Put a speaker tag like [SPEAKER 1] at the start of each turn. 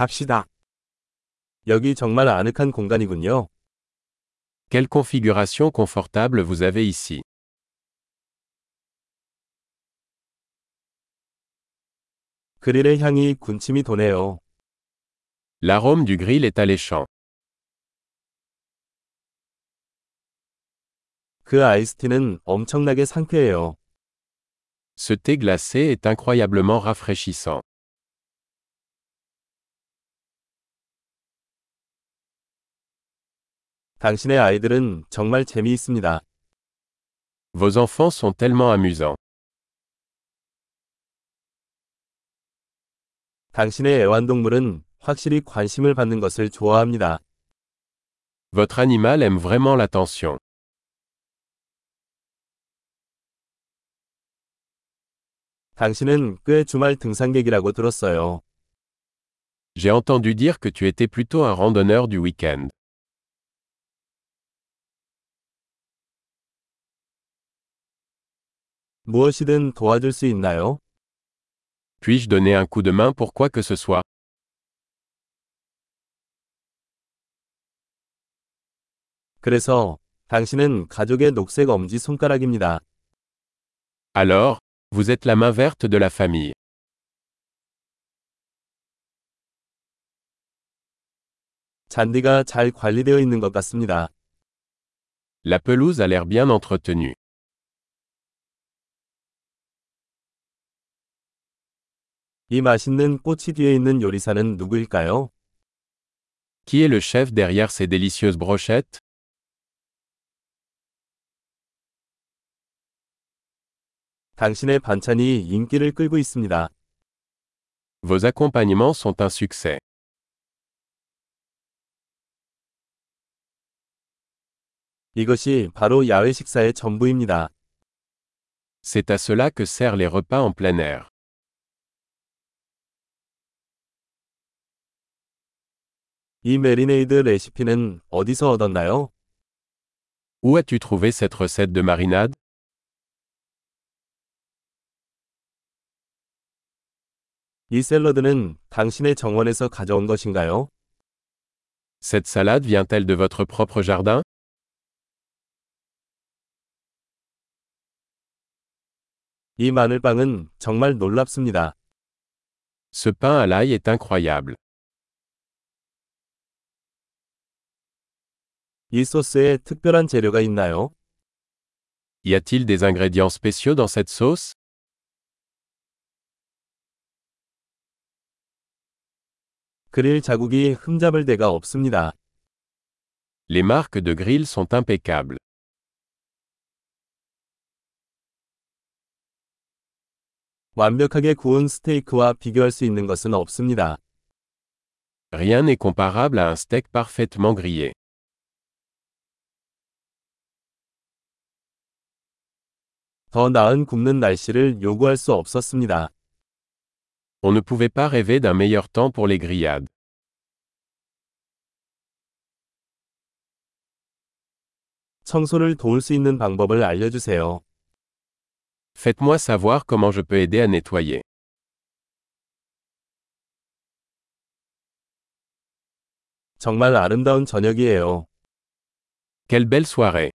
[SPEAKER 1] 갑시다.
[SPEAKER 2] 여기 정말 아늑한 공간이군요.
[SPEAKER 3] Quelle configuration confortable vous avez ici.
[SPEAKER 2] 그릴의 향이 군침이 도네요.
[SPEAKER 3] L'arôme du grill est alléchant.
[SPEAKER 2] 그 아이스티는 엄청나게 상쾌해요.
[SPEAKER 3] Ce thé glacé est incroyablement rafraîchissant.
[SPEAKER 2] 당신의 아이들은 정말 재미있습니다.
[SPEAKER 3] Vos enfants sont tellement amusants.
[SPEAKER 2] 당신의 애완동물은 확실히 관심을 받는 것을 좋아합니다.
[SPEAKER 3] Votre animal aime vraiment l'attention.
[SPEAKER 2] 당신은 꽤 주말 등산객이라고 들었어요.
[SPEAKER 3] J'ai entendu dire que tu étais plutôt un randonneur du week-end.
[SPEAKER 2] 무엇이든 도와줄 수 있나요?
[SPEAKER 3] Puis-je donner un coup de main pour quoi que ce soit
[SPEAKER 2] 그래서 당신은 가족의 녹색 엄지 손가락입니다.
[SPEAKER 3] Alors, vous êtes la main verte de la famille.
[SPEAKER 2] 잔디가 잘 관리되어 있는 것 같습니다.
[SPEAKER 3] La pelouse a l'air bien entretenue.
[SPEAKER 2] 이 맛있는 꼬치 뒤에 있는 요리사는 누구일까요?
[SPEAKER 3] Qui est le chef derrière ces délicieuses brochettes
[SPEAKER 2] 당신의 반찬이 인기를 끌고 있습니다.
[SPEAKER 3] Vos accompagnements sont un succès.
[SPEAKER 2] 이것이 바로 야외 식사의 전부입니다.
[SPEAKER 3] C'est à cela que servent les repas en plein air.
[SPEAKER 2] 이 메리네이드 레시피는 어디서 얻었나요?
[SPEAKER 3] Où as-tu trouvé cette recette de marinade
[SPEAKER 2] 이 샐러드는 당신의 정원에서 가져온 것인가요?
[SPEAKER 3] Cette salade vient-elle de votre propre jardin
[SPEAKER 2] 이 마늘빵은 정말 놀랍습니다.
[SPEAKER 3] Ce pain à l'ail est incroyable.
[SPEAKER 2] 이 소스에 특별한 재료가 있나요?
[SPEAKER 3] Y a-t-il des ingrédients spéciaux dans cette sauce
[SPEAKER 2] 그릴 자국이 흠잡을 데가 없습니다.
[SPEAKER 3] Les marques de grill sont impeccables.
[SPEAKER 2] 완벽하게 구운 스테이크와 비교할 수 있는 것은 없습니다.
[SPEAKER 3] Rien n'est comparable à un steak parfaitement grillé.
[SPEAKER 2] 더 나은 굽는 날씨를 요구할 수 없었습니다.
[SPEAKER 3] On ne pouvait pas rêver d'un meilleur temps pour les grillades.
[SPEAKER 2] 청소를 도울 수 있는 방법을 알려주세요.
[SPEAKER 3] Faites-moi savoir comment je peux aider à nettoyer.
[SPEAKER 2] 정말 아름다운 저녁이에요.
[SPEAKER 3] Quelle belle soirée